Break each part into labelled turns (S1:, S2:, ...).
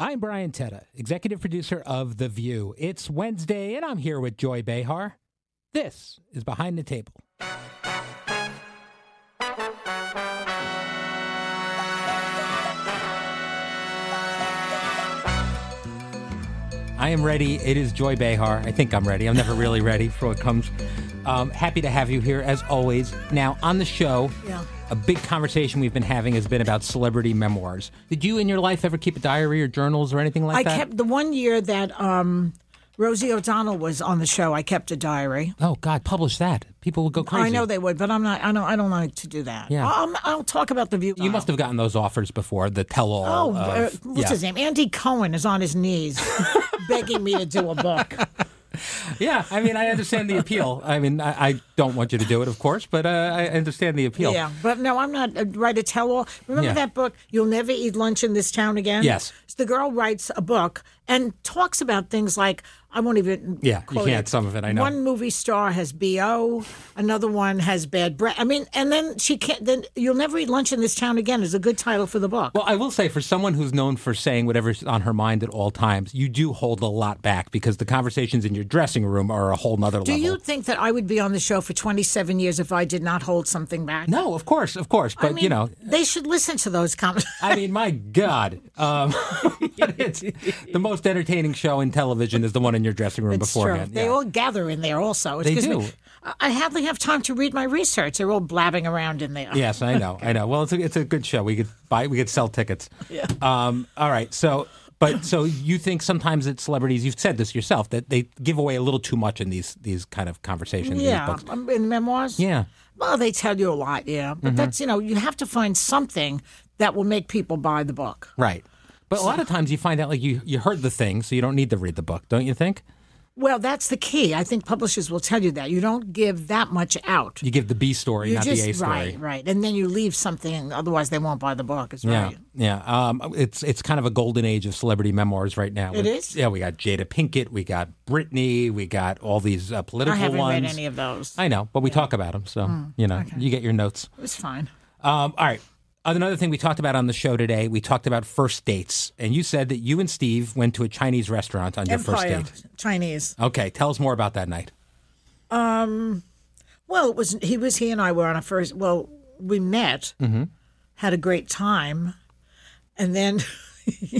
S1: I'm Brian Tetta, executive producer of The View. It's Wednesday, and I'm here with Joy Behar. This is Behind the Table. I am ready. It is Joy Behar. I think I'm ready. I'm never really ready for what comes. Um, happy to have you here as always. Now on the show,
S2: Yeah.
S1: a big conversation we've been having has been about celebrity memoirs. Did you in your life ever keep a diary or journals or anything like
S2: I
S1: that?
S2: kept the one year that um, Rosie O'Donnell was on the show. I kept a diary.
S1: Oh God, publish that. People will go crazy.
S2: I know they would, but I'm not. I don't. I don't like to do that.
S1: Yeah.
S2: I'll, I'll talk about the view.
S1: You must have gotten those offers before the tell-all.
S2: Oh, uh,
S1: of-
S2: what's
S1: yeah.
S2: his name? Andy Cohen is on his knees, begging me to do a book.
S1: Yeah, I mean, I understand the appeal. I mean, I, I don't want you to do it, of course, but uh, I understand the appeal.
S2: Yeah, but no, I'm not uh, write a tell all. Remember
S1: Yeah.
S2: that book, You'll Never Eat Lunch in This Town Again?
S1: Yes.
S2: So the girl writes a book and talks about things like I won't even.
S1: Yeah, you
S2: quote
S1: can't, some of it, I know.
S2: One movie star has BO, another one has bad breath. I mean, and then she can't. Then You'll Never Eat Lunch in This Town Again is a good title for the book.
S1: Well, I will say, for someone who's known for saying whatever's on her mind at all times, you do hold a lot back because the conversations in your dressing room are a whole nother
S2: do
S1: level.
S2: you think that I would be on the show for 27 years if I did not hold something back?
S1: No, of course, of course, but
S2: I mean,
S1: you know,
S2: they should listen to those comments.
S1: I mean, my God, um, but it's the most entertaining show in television is the one in your dressing room
S2: It's true.
S1: beforehand.
S2: They
S1: yeah.
S2: all gather in there also.
S1: They
S2: Excuse
S1: do.
S2: me. I- I hardly have time to read my research. They're all blabbing around in there.
S1: Yes, I know, I know. Well, it's a, it's a good show. We could buy, we could sell tickets. Yeah. Um, all right. So, but so you think sometimes that celebrities, you've said this yourself, that they give away a little too much in these these kind of conversations. These
S2: Yeah.
S1: books.
S2: um, In memoirs?
S1: Yeah. Mm-hmm.
S2: Well, they tell you a lot, yeah. But that's, you know, you have to find something that will make people buy the book.
S1: Right. But a lot of times you find out like you you heard the thing, so you don't need to read the book, don't you think?
S2: Well, that's the key. I think publishers will tell you that. You don't give that much out.
S1: You give the B story,
S2: You
S1: not
S2: just,
S1: the A story.
S2: right, right. And then you leave something, otherwise they won't buy the book. Is
S1: Yeah,
S2: right.
S1: yeah. Um, it's it's kind of a golden age of celebrity memoirs right now. It
S2: is?
S1: Yeah, we got Jada Pinkett, we got Britney, we got all these uh,
S2: I
S1: political
S2: haven't
S1: ones.
S2: read any of those.
S1: I know, but we talk about them, so
S2: Hmm.
S1: you know, you get your notes.
S2: It's fine.
S1: Um, all right. Another thing we talked about on the show today, we talked about first dates, and you said that you and Steve went to a Chinese restaurant on your
S2: Empire,
S1: first date.
S2: Chinese.
S1: Okay, tell us more about that night.
S2: Well, it was he was he and I were on a first. Well, we met,
S1: Mm-hmm.
S2: had a great time, and then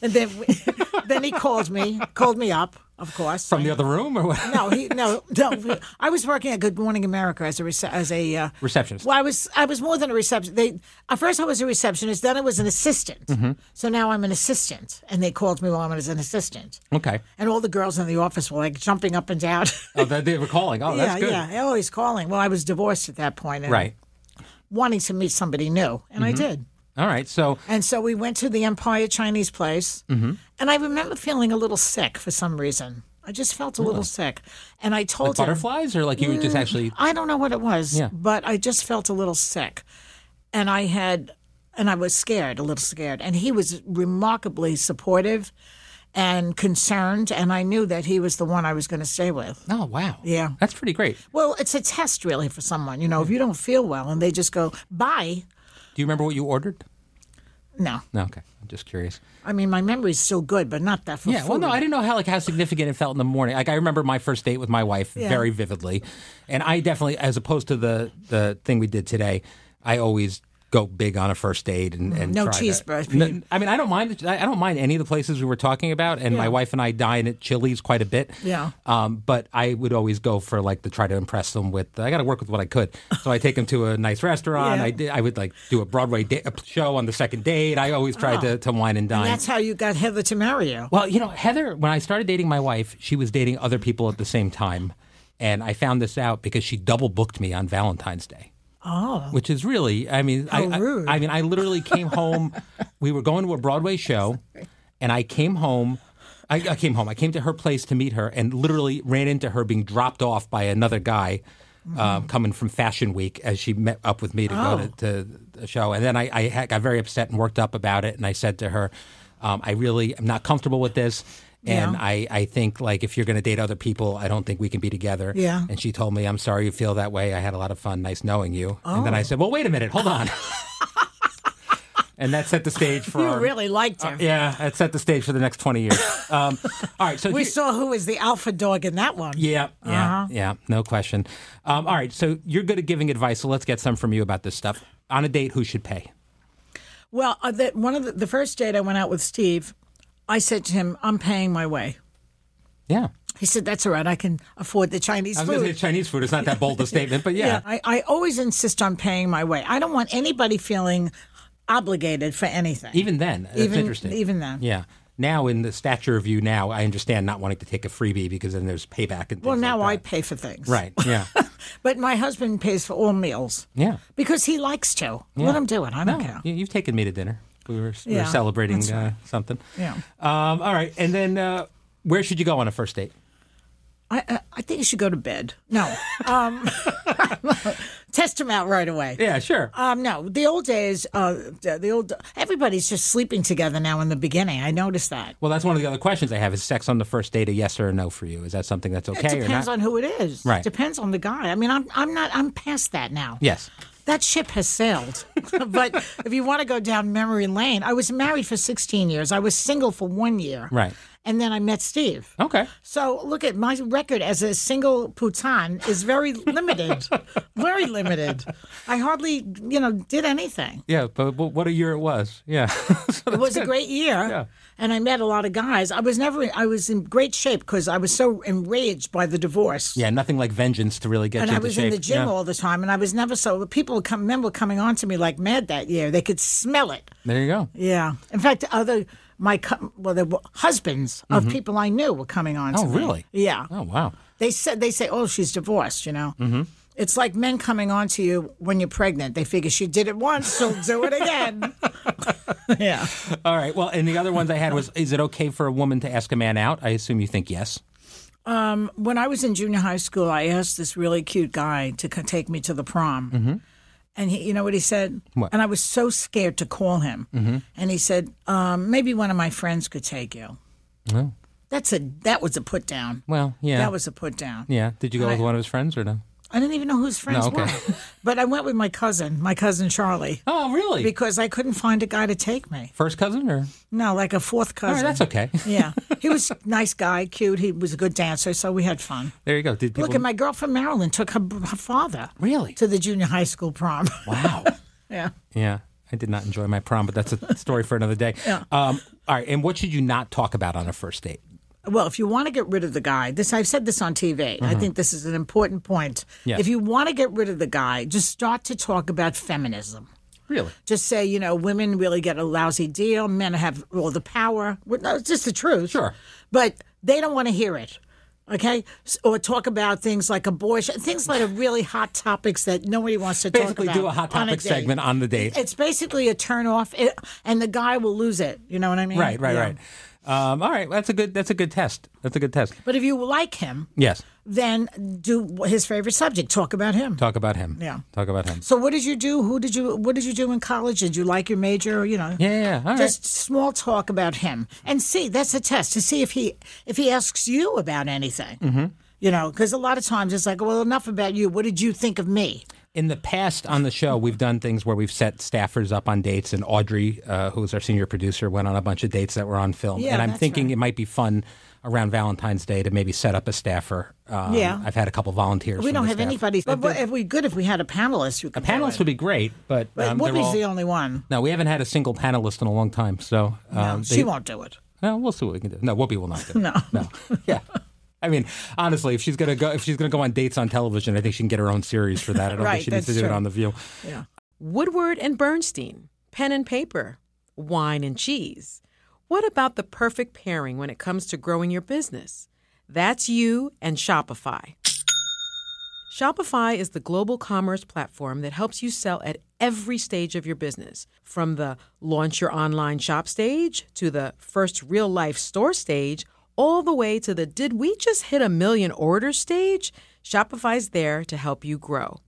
S2: and then we, then he called me, called me up, of course.
S1: From the other room, or what?
S2: no, he no no. I was working at Good Morning America as a rece- as a uh,
S1: Receptionist.
S2: Well, I was I was more than a receptionist. They at first I was a receptionist, then I was an assistant.
S1: Mm-hmm.
S2: So now I'm an assistant, and they called me while I'm as an assistant.
S1: Okay.
S2: And all the girls in the office were like jumping up and down.
S1: Oh, they, they were calling. Oh, that's
S2: yeah,
S1: good.
S2: yeah. Oh, he's calling. Well, I was divorced at that point. and-
S1: Right. Mm-hmm.
S2: wanting to meet somebody new, and I did.
S1: All right. So
S2: And so we went to the Empire Chinese place,
S1: Mm-hmm.
S2: and I remember feeling a little sick for some reason. I just felt a little sick, and I told him,
S1: butterflies, or Oh. like you were just
S2: Mm.
S1: actually
S2: I don't know what it was,
S1: Yeah.
S2: but I just felt a little sick, and I had, and I was scared, a little scared, and he was remarkably supportive. And concerned, and I knew that he was the one I was going to stay with.
S1: Oh wow.
S2: Yeah.
S1: That's pretty great.
S2: Well, it's a test, really, for someone. You know, if you don't feel well and they just go, bye.
S1: Do you remember what you ordered?
S2: No.
S1: No, okay. I'm just curious.
S2: I mean, my memory's still good, but not that for
S1: Yeah,
S2: food.
S1: well no, I didn't know how like how significant it felt in the morning. Like I remember my first date with my wife
S2: Yeah.
S1: very vividly. And I definitely as opposed to the the thing we did today, I always go big on a first date and, and
S2: No
S1: try to-
S2: cheeseburger.
S1: No, I mean I don't mind the- I don't mind any of the places we were talking about and my
S2: Yeah.
S1: wife and I dine at Chili's quite a bit.
S2: Yeah.
S1: Um, but I would always go for like to try to impress them with I got to work with what I could. So I take them to a nice restaurant.
S2: Yeah.
S1: I did, I would like do a Broadway da- a show on the second date. I always tried to, to wine and dine.
S2: Oh. That's how you got Heather to marry you.
S1: Well, you know, Heather, when I started dating my wife, she was dating other people at the same time. And I found this out because she double booked me on Valentine's Day. Oh. Which is really, I mean, I, I-
S2: rude.
S1: I mean, I literally came home. we were going to a Broadway show. and I came home. I, I came home. I came to her place to meet her, and literally ran into her being dropped off by another guy
S2: Mm-hmm.
S1: um, coming from Fashion Week as she met up with me to
S2: Oh.
S1: go to, to the show. And then I, I ha- got very upset and worked up about it. And I said to her, um, "I really am not comfortable with this." And
S2: Yeah.
S1: I, I think like if you're going to date other people, I don't think we can be together.
S2: Yeah.
S1: And she told me, "I'm sorry you feel that way. I had a lot of fun. Nice knowing you." And
S2: Oh.
S1: then I said, "Well, wait a minute. Hold on." and that set the stage for
S2: You
S1: our-
S2: really
S1: uh,
S2: liked him.
S1: yeah, it set the stage for the next 20 years. Um, all right, so
S2: We Uh-huh.
S1: here-
S2: saw who was the alpha dog in that one.
S1: yeah, yeah, yeah, no question. Um, all right, so you're good at giving advice, so let's get some from you about this stuff. On a date, who should pay?
S2: Well, uh, the, one of the, the first date I went out with Steve, I said to him, "I'm paying my way."
S1: Yeah.
S2: He said, "That's all right. I can afford the Chinese
S1: I was
S2: food."
S1: going to say Chinese food. It's not that bold a statement, but yeah.
S2: Yeah, I, I always insist on paying my way. I don't want anybody feeling obligated for anything.
S1: Even then, that's
S2: Even-
S1: interesting.
S2: even then.
S1: Yeah. Now, in the stature of you now, I understand not wanting to take a freebie because then there's payback and things
S2: well, now I
S1: like that.
S2: pay for things.
S1: Right, yeah.
S2: But my husband pays for all meals.
S1: Yeah.
S2: Because he likes to. Let him do it. I
S1: No,
S2: don't care.
S1: you- you've taken me to dinner. We were, we were
S2: Yeah,
S1: celebrating uh, something.
S2: Yeah.
S1: Um, all right, and then uh, where should you go on a first date?
S2: I, uh, I, I think you should go to bed. No. Um, test him out right away.
S1: Yeah, sure.
S2: Um, no, the old days, uh, the the old everybody's just sleeping together now. In the beginning, I noticed that.
S1: Well, that's one of the other questions I have. Is sex on the first date a yes or a no for you? Is that something that's okay
S2: it
S1: or
S2: depends
S1: not?
S2: on who it is.
S1: Right.
S2: Depends on the guy. I mean, I'm I'm not I'm past that now.
S1: yes.
S2: That ship has sailed. but if you want to go down memory lane, I was married for 16 years. I was single for one year.
S1: Right.
S2: And then I met Steve.
S1: Okay.
S2: So look at my record as a single Putan is very limited, very limited. I hardly, you know, did anything.
S1: Yeah, but, but what a year it was. Yeah. So
S2: It was a great year,
S1: Oh, Yeah.
S2: and I met a lot of guys. I was never, I was in great shape because I was so enraged by the divorce.
S1: yeah, nothing like vengeance to really get
S2: And
S1: you
S2: I
S1: into
S2: was
S1: shape.
S2: in the gym
S1: Yeah.
S2: all the time, and I was never so. People would come, men were coming on to me like mad that year. They could smell it.
S1: There you go.
S2: Yeah. In fact, other my co- well, the husbands of people I knew were coming on.
S1: Mm-hmm. Oh,
S2: to me.
S1: really?
S2: Yeah.
S1: Oh, wow.
S2: They said they say, "Oh, she's divorced," you know. Mm-hmm. It's like men coming on to you when you're pregnant. They figure she did it once, she'll do it again. yeah.
S1: All right. Well, and the other ones I had was: Is it okay for a woman to ask a man out? I assume you think yes.
S2: When I was in junior high school, I asked this really cute guy to co- take me to the prom.
S1: Mm-hmm.
S2: And he, you know what he said? And I was so scared to call him.
S1: Mm-hmm.
S2: And he said, um, "Maybe one of my friends could take you." That's a that was a put down.
S1: Oh. Well, yeah.
S2: That was a put down.
S1: Yeah. Did you go with one of his friends or no?
S2: I didn't even know whose friends
S1: No, okay.
S2: were. But I went with my cousin, my cousin Charlie,
S1: Oh, really?
S2: because I couldn't find a guy to take me.
S1: First cousin or?
S2: No, like a fourth
S1: All right,
S2: cousin.
S1: that's okay.
S2: yeah. He was a nice guy, cute. He was a good dancer, so we had fun.
S1: There you go. Did people?
S2: Look, and my girl from Maryland took her, her father
S1: Really?
S2: to the junior high school prom.
S1: Wow.
S2: yeah.
S1: Yeah, I did not enjoy my prom, but that's a story for another day. Um, all right, and what should you not talk about on a first date?
S2: Well, if you want to get rid of the guy, this I've said this on TV.
S1: Uh-huh.
S2: I think this is an important point.
S1: Yes.
S2: If you want to get rid of the guy, just start to talk about feminism.
S1: Really?
S2: just say, you know, women really get a lousy deal, men have all the power. Well, no, it's just the truth.
S1: Sure.
S2: But they don't want to hear it. Okay? S- Or talk about things like abortion, things like are really hot topics that nobody wants to
S1: Basically,
S2: talk about.
S1: do a hot
S2: on
S1: topic
S2: date.
S1: segment on the date.
S2: It's basically a turn off, it, and the guy will lose it. You know what I mean?
S1: right, right,
S2: Yeah.
S1: right. Um, all right, that's a good. That's a good test. That's a good test.
S2: But if you like him,
S1: Yes,
S2: then do his favorite subject. Talk about him.
S1: talk about him.
S2: Yeah.
S1: talk about him.
S2: So what did you do? Who did you? What did you do in college? Did you like your major? You know.
S1: Yeah, yeah, all right.
S2: Just small talk about him and see. That's a test to see if he if he asks you about anything. Mm-hmm. You know, because a lot of times it's like, well, enough about you. What did you think of me?
S1: In the past on the show, we've done things where we've set staffers up on dates, and Audrey, uh, who was our senior producer, went on a bunch of dates that were on film.
S2: Yeah,
S1: and I'm
S2: that's
S1: thinking
S2: right.
S1: it might be fun around Valentine's Day to maybe set up a staffer. Um,
S2: Yeah.
S1: I've had a couple volunteers.
S2: We
S1: from
S2: don't
S1: the
S2: have
S1: staff.
S2: anybody. But what, if we good if we had a panelist who could. do
S1: Panelists
S2: it.
S1: would be great, but,
S2: But
S1: um, they're
S2: Whoopi's
S1: all-
S2: the only one.
S1: No, we haven't had a single panelist in a long time, so um,
S2: she
S1: they-
S2: won't do it.
S1: No, we'll see what we can do. No, Whoopi will not do. no, no, yeah. I mean, honestly, if she's gonna go, if she's gonna go on dates on television, I think she can get her own series for that. I don't
S2: Right,
S1: think she needs to
S2: that's
S1: do it
S2: true.
S1: on the View.
S3: Woodward and Bernstein, pen and paper, wine and cheese. What about the perfect pairing when it comes to growing your business? That's you and Shopify. Shopify is the global commerce platform that helps you sell at every stage of your business, from the launch your online shop stage to the first real life store stage, all the way to the did we just hit a million orders stage? Shopify's there to help you grow.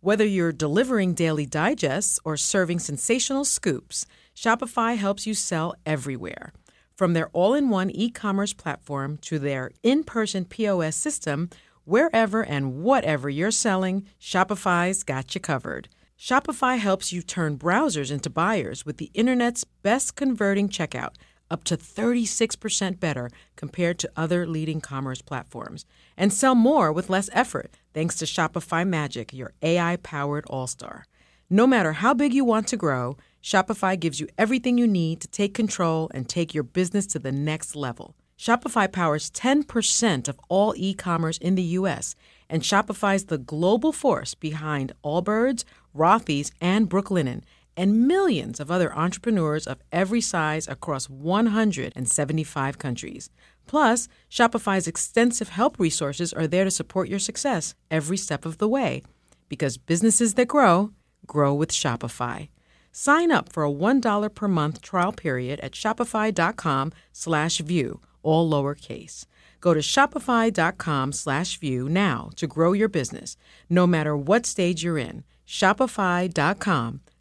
S3: Whether you're delivering daily digests or serving sensational scoops, Shopify helps you sell everywhere. From their all in one e commerce platform to their in person POS system, wherever and whatever you're selling, Shopify's got you covered. Shopify helps you turn browsers into buyers with the internet's best converting checkout, up to 36% better compared to other leading commerce platforms. And sell more with less effort thanks to Shopify Magic, your AI powered all star. No matter how big you want to grow, Shopify gives you everything you need to take control and take your business to the next level. Shopify powers 10% of all e commerce in the US, and Shopify's the global force behind Allbirds, Rothy's, and Brooklinen, and millions of other entrepreneurs of every size across 175 countries. Plus, Shopify's extensive help resources are there to support your success every step of the way. Because businesses that grow, grow with Shopify. Sign up for a $1 per month trial period at shopify.com slash view, all lowercase. Go to shopify.com slash view now to grow your business, no matter what stage you're in. Shopify.com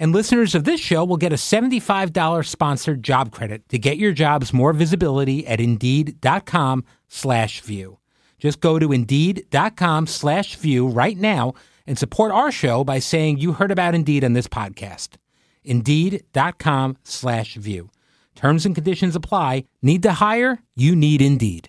S1: And listeners of this show will get a $75 sponsored job credit to get your jobs more visibility at Indeed.com slash view. Just go to Indeed.com slash view right now and support our show by saying you heard about Indeed on this podcast. Indeed.com slash view. Terms and conditions apply. Need to hire? You need Indeed.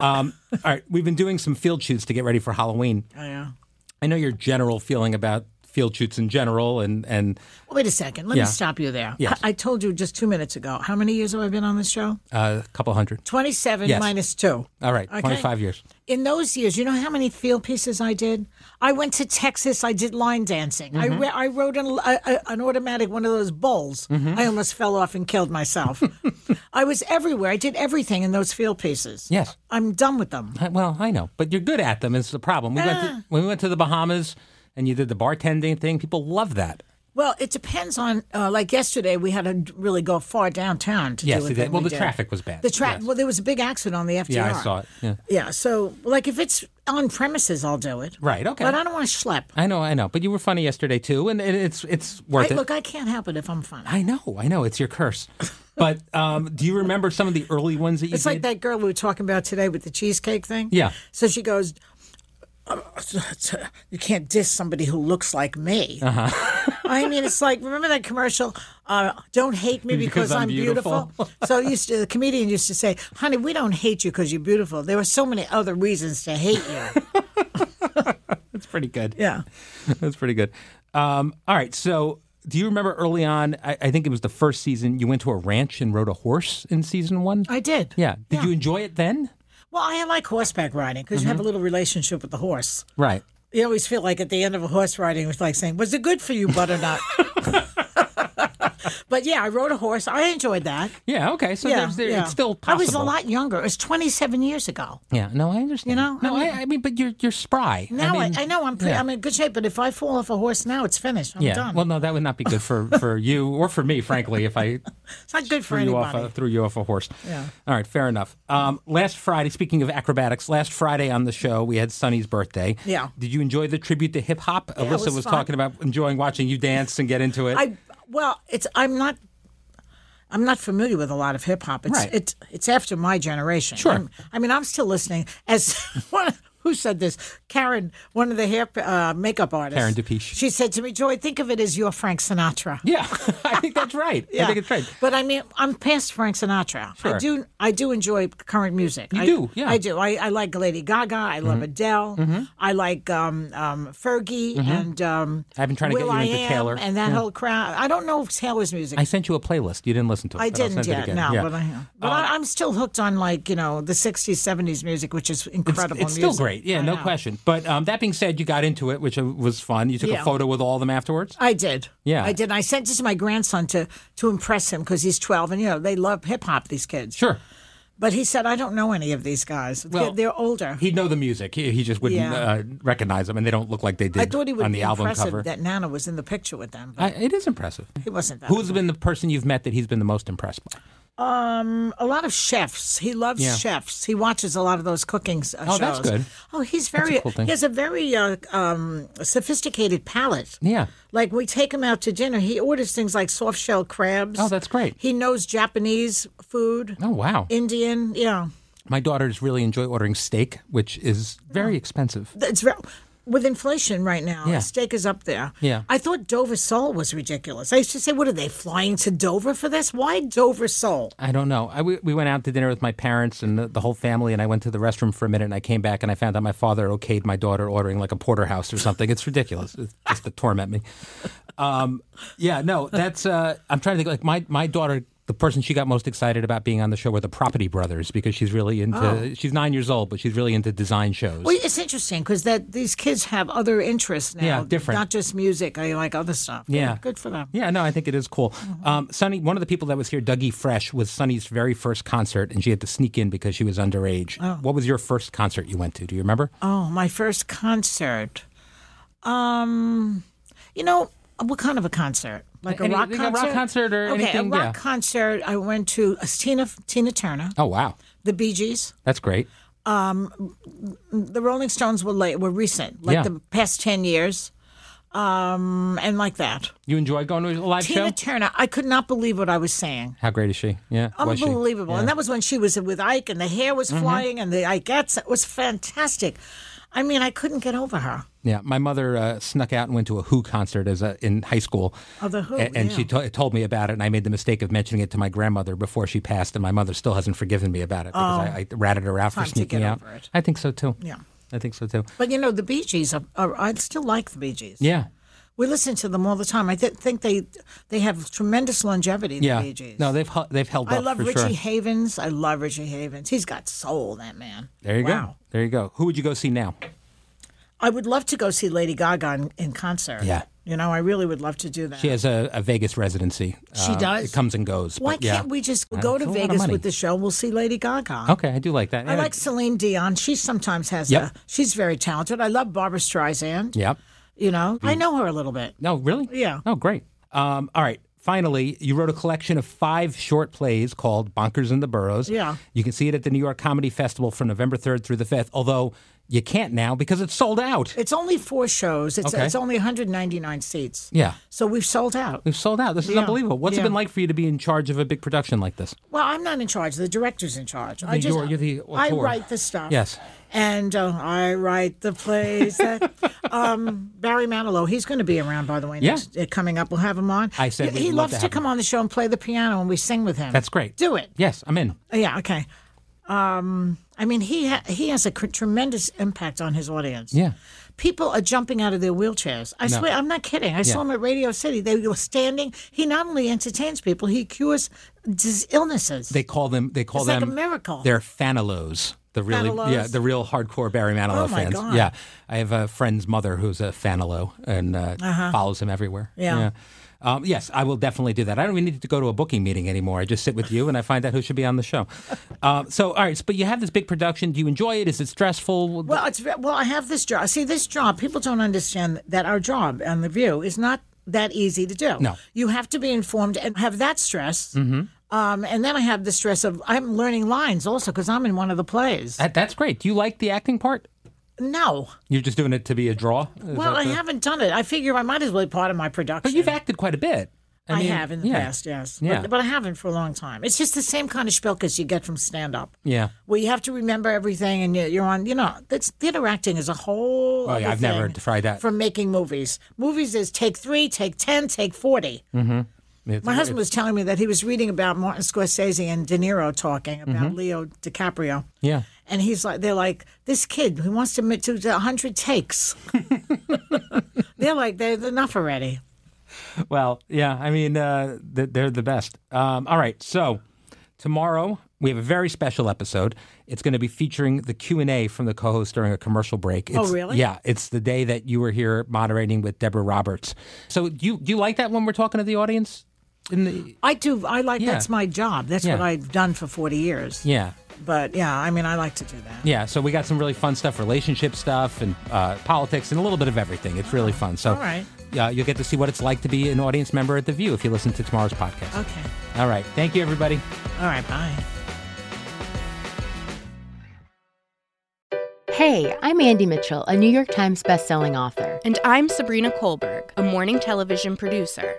S1: Um, all right, we've been doing some field shoots to get ready for Halloween.
S2: I know.
S1: I know your general feeling about field shoots in general, and and
S2: Wait a second. Let
S1: Yeah.
S2: me stop you there.
S1: Yes.
S2: I-, I told you just two minutes ago. How many years have I been on this show?
S1: uh, a couple hundred.
S2: 27
S1: Yes.
S2: minus two.
S1: All right,
S2: Okay.
S1: 25 years.
S2: In those years, you know how many field pieces I did? I went to Texas. I did line dancing. I,
S1: Mm-hmm.
S2: re- I rode an, a, a- an automatic, one of those bowls.
S1: Mm-hmm.
S2: I almost fell off and killed myself. I was everywhere. I did everything in those field pieces.
S1: Yes.
S2: I'm done with them.
S1: I- Well, I know, but you're good at them. Is the problem? We went
S2: Ah.
S1: to, when we went to the Bahamas and you did the bartending thing. People love that.
S2: Well, it depends on. Uh, like yesterday, we had to really go far downtown to
S1: Yes,
S2: do
S1: they
S2: it.
S1: did. Well, the traffic was bad.
S2: The tra-
S1: Yes.
S2: Well, there was a big accident on the FDR.
S1: Yeah, I saw it. Yeah.
S2: Yeah, so like if it's on premises, I'll do it.
S1: Right, okay.
S2: But I don't want to schlep.
S1: I know, I know. But you were funny yesterday too, and it, it's it's
S2: I,
S1: worth it.
S2: look, I can't help it if I'm funny.
S1: I know, I know. It's your curse. But um, do you remember some of the early ones that you
S2: It's
S1: did?
S2: like that girl we were talking about today with the cheesecake thing.
S1: Yeah.
S2: So she goes, "You can't diss somebody who looks like me." Uh-huh. I mean, it's like remember that commercial? Uh, don't hate me because, I'm, beautiful. so used to, the comedian used to say, "Honey, we don't hate you because you're beautiful. There were so many other reasons to hate you."
S1: That's pretty good.
S2: yeah.
S1: That's pretty good. Um, all right. So, do you remember early on? I, I think it was the first season. You went to a ranch and rode a horse in season one.
S2: I did.
S1: yeah. Did you enjoy it then?
S2: Well, I like horseback riding because you have a little relationship with the horse.
S1: Right.
S2: You always feel like at the end of a horse riding, it's like saying, "Was it good for you, butternut?" but yeah, I rode a horse. I enjoyed that.
S1: Yeah. Okay. So
S2: yeah,
S1: there's, there,
S2: yeah.
S1: it's still
S2: I
S1: possible.
S2: was a lot younger. It was 27 years ago.
S1: Yeah. No, I understand. You
S2: know,
S1: No,
S2: I
S1: I I, mean, but you're you're spry.
S2: Now I,
S1: mean,
S2: I, know I'm pre-
S1: yeah.
S2: I'm in good shape, but if I fall off a horse now, it's finished. I'm
S1: Yeah.
S2: done.
S1: Well, no, that would not be good for for you or for me, frankly. If I
S2: it's not good for
S1: threw you off
S2: anybody.
S1: a, threw you off a horse.
S2: Yeah.
S1: All right, fair enough. Um, last Friday, speaking of acrobatics, last Friday on the show we had Sonny's birthday.
S2: Yeah.
S1: Did you enjoy the tribute to hip hop? Alyssa
S2: was
S1: was,
S2: fun.
S1: talking about enjoying watching you dance and get into it.
S2: I well, it's I'm not I'm not familiar with a lot of hip hop. It's
S1: Right.
S2: it's it's after my generation.
S1: Sure.
S2: I'm- I mean, I'm still listening as one who said this, Karen, one of the hair uh, makeup artists.
S1: Karen DePeche.
S2: She said to me, "Joy, think of it as your Frank Sinatra."
S1: yeah, I think that's right. I think it's right.
S2: But I mean, I'm past Frank Sinatra. I
S1: Sure.
S2: do. I do enjoy current music. You I,
S1: do, yeah. Mm-hmm.
S2: I do. I, I like Lady Gaga. I love Adele. I like um, um, Fergie and. Um,
S1: Mm-hmm. I've been trying to get
S2: Will
S1: you
S2: I
S1: into
S2: Am
S1: Taylor.
S2: and that whole crowd. I don't know Taylor's music.
S1: I sent you a playlist. You didn't listen to it.
S2: I
S1: but I'll
S2: didn't
S1: send it
S2: yet,
S1: again.
S2: no,
S1: Yeah.
S2: but I am. But I, I'm still hooked on like you know the '60s, '70s music, which is incredible.
S1: It's
S2: music.
S1: still great. Yeah,
S2: I
S1: no
S2: know.
S1: question. But um, that being said, you got into it, which uh, was fun. You took
S2: Yeah.
S1: a photo with all of them afterwards.
S2: I did.
S1: Yeah.
S2: I did. I sent it to my grandson to to impress him because he's 12, and you know they love hip hop. These kids.
S1: Sure.
S2: But he said, I don't know any of these guys. They're-
S1: Well,
S2: they're, older.
S1: He'd know the music. He, he just wouldn't
S2: Yeah.
S1: uh, recognize them, and they don't look like they did
S2: I thought he would
S1: on the
S2: be
S1: album
S2: impressive
S1: cover.
S2: that Nana was in the picture with them. But
S1: I, it is impressive.
S2: he wasn't that.
S1: Who's been the person you've met that he's been the most impressed by?
S2: a lot of chefs. He loves
S1: Yeah.
S2: chefs. He watches a lot of those cooking s- uh,
S1: Oh,
S2: shows.
S1: that's good.
S2: Oh, he's very.
S1: cool thing.
S2: he has a very uh, um, sophisticated palate.
S1: Yeah.
S2: Like we take him out to dinner, he orders things like soft shell crabs.
S1: Oh, that's great.
S2: He knows Japanese food,
S1: Oh wow,
S2: Indian. Yeah,
S1: my daughters really enjoy ordering steak, which is very
S2: Oh.
S1: expensive.
S2: it's very. With inflation right now,
S1: Yeah.
S2: steak is up there.
S1: Yeah.
S2: I thought Dover sole was ridiculous. I used to say, "What are they flying to Dover for this? Why Dover sole?"
S1: I don't know. I, we, we went out to dinner with my parents and the, the whole family, and I went to the restroom for a minute, and I came back, and I found out my father okayed my daughter ordering like a porterhouse or something. It's ridiculous, it's just to torment me. Um, yeah, no, that's. Uh, I'm trying to think. Like my my daughter, the person she got most excited about being on the show were the Property Brothers because she's really into. She's nine years old, but she's really into design shows.
S2: Well, it's interesting because that these kids have other interests now.
S1: Yeah, different.
S2: Not just music. I like other stuff.
S1: Yeah.
S2: good for them.
S1: Yeah, no, I think it is cool. Um, Sonny, one of the people that was here, Dougie Fresh, was Sonny's very first concert, and she had to sneak in because she was underage. What was your first concert you went to? Do you remember?
S2: Oh, my first concert. Um, you know what kind of a concert? Like
S1: Any-
S2: a rock
S1: like a
S2: concert?
S1: rock concert or
S2: okay,
S1: anything,
S2: a rock
S1: yeah.
S2: concert. I went to uh, Tina Tina Turner,
S1: Oh, wow.
S2: the Bee Gees.
S1: That's great.
S2: The Rolling Stones were late, were recent, like
S1: Yeah.
S2: the past ten years, um, and like that.
S1: You enjoy going to a live
S2: Tina
S1: show?
S2: Turner. I could not believe what I was saying.
S1: How great is she? Yeah. Mm-hmm. was she?
S2: Unbelievable. And that was when she was with Ike and the hair was flying and the Ikeettes. It was fantastic. I mean, I couldn't get over her.
S1: Yeah, my mother uh, snuck out and went to a Who concert as a, in high school.
S2: Oh, the Who,
S1: A- and she
S2: yeah.
S1: to- told me about it, and I made the mistake of mentioning it to my grandmother before she passed, and my mother still hasn't forgiven me about it because I, I ratted her out for
S2: Oh. Time to
S1: sneaking
S2: get
S1: out.
S2: over it.
S1: I think so too.
S2: Yeah.
S1: I think so too.
S2: But you know, the Bee Gees, are, are, I still like the Bee Gees.
S1: Yeah,
S2: We listen to them all the time. I th- think they they have tremendous longevity, the
S1: yeah.
S2: Bee Gees.
S1: No, they've hu- they've held
S2: I
S1: up
S2: love
S1: for
S2: Richie
S1: sure.
S2: Havens. I love Richie Havens. He's got soul, that man.
S1: There you
S2: wow.
S1: go. There you go. Who would you go see now?
S2: I would love to go see Lady Gaga in, in concert.
S1: Yeah.
S2: You know, I really would love to do that.
S1: She has a, a Vegas residency.
S2: Uh, She
S1: Um,
S2: does?
S1: It comes and goes.
S2: Why
S1: but yeah.
S2: can't we just go
S1: it's
S2: to
S1: a lot of
S2: Vegas
S1: money.
S2: with the show? We'll see Lady Gaga.
S1: Okay, I do like that.
S2: I
S1: Yeah.
S2: like Celine Dion. She sometimes has
S1: Yep.
S2: a. She's very talented. I love Barbara Streisand.
S1: Yeah. Mm.
S2: You know, I know her a little bit.
S1: No, really?
S2: Yeah.
S1: Oh, great. Um, all right. Finally, you wrote a collection of five short plays called Bonkers in the Burrows.
S2: Yeah.
S1: You can see it at the New York Comedy Festival from November 3rd through the 5th, although you can't now because it's sold out.
S2: It's only four shows. It's
S1: Okay.
S2: it's only 199 seats.
S1: yeah.
S2: So we've sold out.
S1: It's sold out. This is
S2: Yeah.
S1: unbelievable. What's
S2: Yeah.
S1: it been like for you to be in charge of a big production like this?
S2: Well, I'm not in charge. The director's in charge. I
S1: The-
S2: just
S1: you're- you're the
S2: I
S1: auteur.
S2: write the stuff.
S1: Yes.
S2: And uh, I write the plays. That, um, Barry Manilow, he's going to be around, by the way,
S1: Yeah.
S2: next, uh, coming up. We'll have him on.
S1: I said
S2: he, he
S1: we'd love
S2: loves
S1: to
S2: to,
S1: have
S2: come
S1: him.
S2: on the show and play the piano and we sing with him.
S1: That's great.
S2: Do it.
S1: Yes, I'm in.
S2: Yeah. Okay. Um, I mean, he ha- he has a cr- tremendous impact on his audience.
S1: Yeah.
S2: People are jumping out of their wheelchairs. I swear, I'm not kidding. I saw him at Radio City. They were standing. He not only entertains people, he cures dis- illnesses.
S1: They call them. They call
S2: It's like
S1: them
S2: a miracle.
S1: They're fanalos. The really,
S2: Fanalos?
S1: yeah, the real hardcore Barry Manilow
S2: Oh, my
S1: fans.
S2: God.
S1: Yeah, I have a friend's mother who's a fanalo and uh, follows him everywhere.
S2: Uh-huh. Yeah.
S1: Um, yes, I will definitely do that. I don't even need to go to a booking meeting anymore. I just sit with you and I find out who should be on the show. Um, so, all right, but you have this big production. Do you enjoy it? Is it stressful?
S2: Well, it's ve- well. I have this job. See, this job. People don't understand that our job on the View is not that easy to do.
S1: No.
S2: you have to be informed and have that stress. Mm-hmm. Um, and then I have the stress of I'm learning lines also because I'm in one of the plays.
S1: That, that's great. Do you like the acting part?
S2: no,
S1: You're just doing it to be a draw? Is
S2: well,
S1: that
S2: I
S1: the-
S2: haven't done it. I figure I might as well be part of my production.
S1: But you've acted quite a bit.
S2: I,
S1: mean,
S2: have in the
S1: yeah.
S2: past, yes.
S1: Yeah.
S2: But, but I haven't for a long time. It's just the same kind of spilkas you get from stand up.
S1: Yeah.
S2: Where you have to remember everything and you're- you're on, you know, that's, theater acting is a whole.
S1: Oh, yeah,
S2: other
S1: I've never
S2: thing
S1: tried that.
S2: From making movies. Movies is take three, take 10, take 40.
S1: Mm-hmm. It's-
S2: My husband was telling me that he was reading about Martin Scorsese and De Niro talking about
S1: Mm-hmm.
S2: Leo DiCaprio.
S1: Yeah.
S2: And he's like, they're like, this kid who wants to admit to 100 takes. they're like, there's enough already.
S1: Well, yeah, I mean, uh, th- they're the best. Um, all right, so tomorrow we have a very special episode. It's going to be featuring the Q and A from the co-host during a commercial break. It's,
S2: Oh, really?
S1: Yeah, it's the day that you were here moderating with Deborah Roberts. So do you do you like that when we're talking to the audience? In the
S2: I do. I like
S1: Yeah.
S2: that's my job. That's
S1: Yeah.
S2: what I've done for 40 years.
S1: yeah.
S2: But yeah, I mean, I like to do that.
S1: Yeah, so we got some really fun stuff, relationship stuff, and uh, politics, and a little bit of everything. It's really fun. So,
S2: All right.
S1: uh, you'll get to see what it's like to be an audience member at The View if you listen to tomorrow's podcast.
S2: Okay.
S1: All right, thank you, everybody.
S2: All right. Bye.
S4: Hey, I'm Andy Mitchell, a New York Times bestselling author.
S5: And I'm Sabrina Kohlberg, a morning television producer.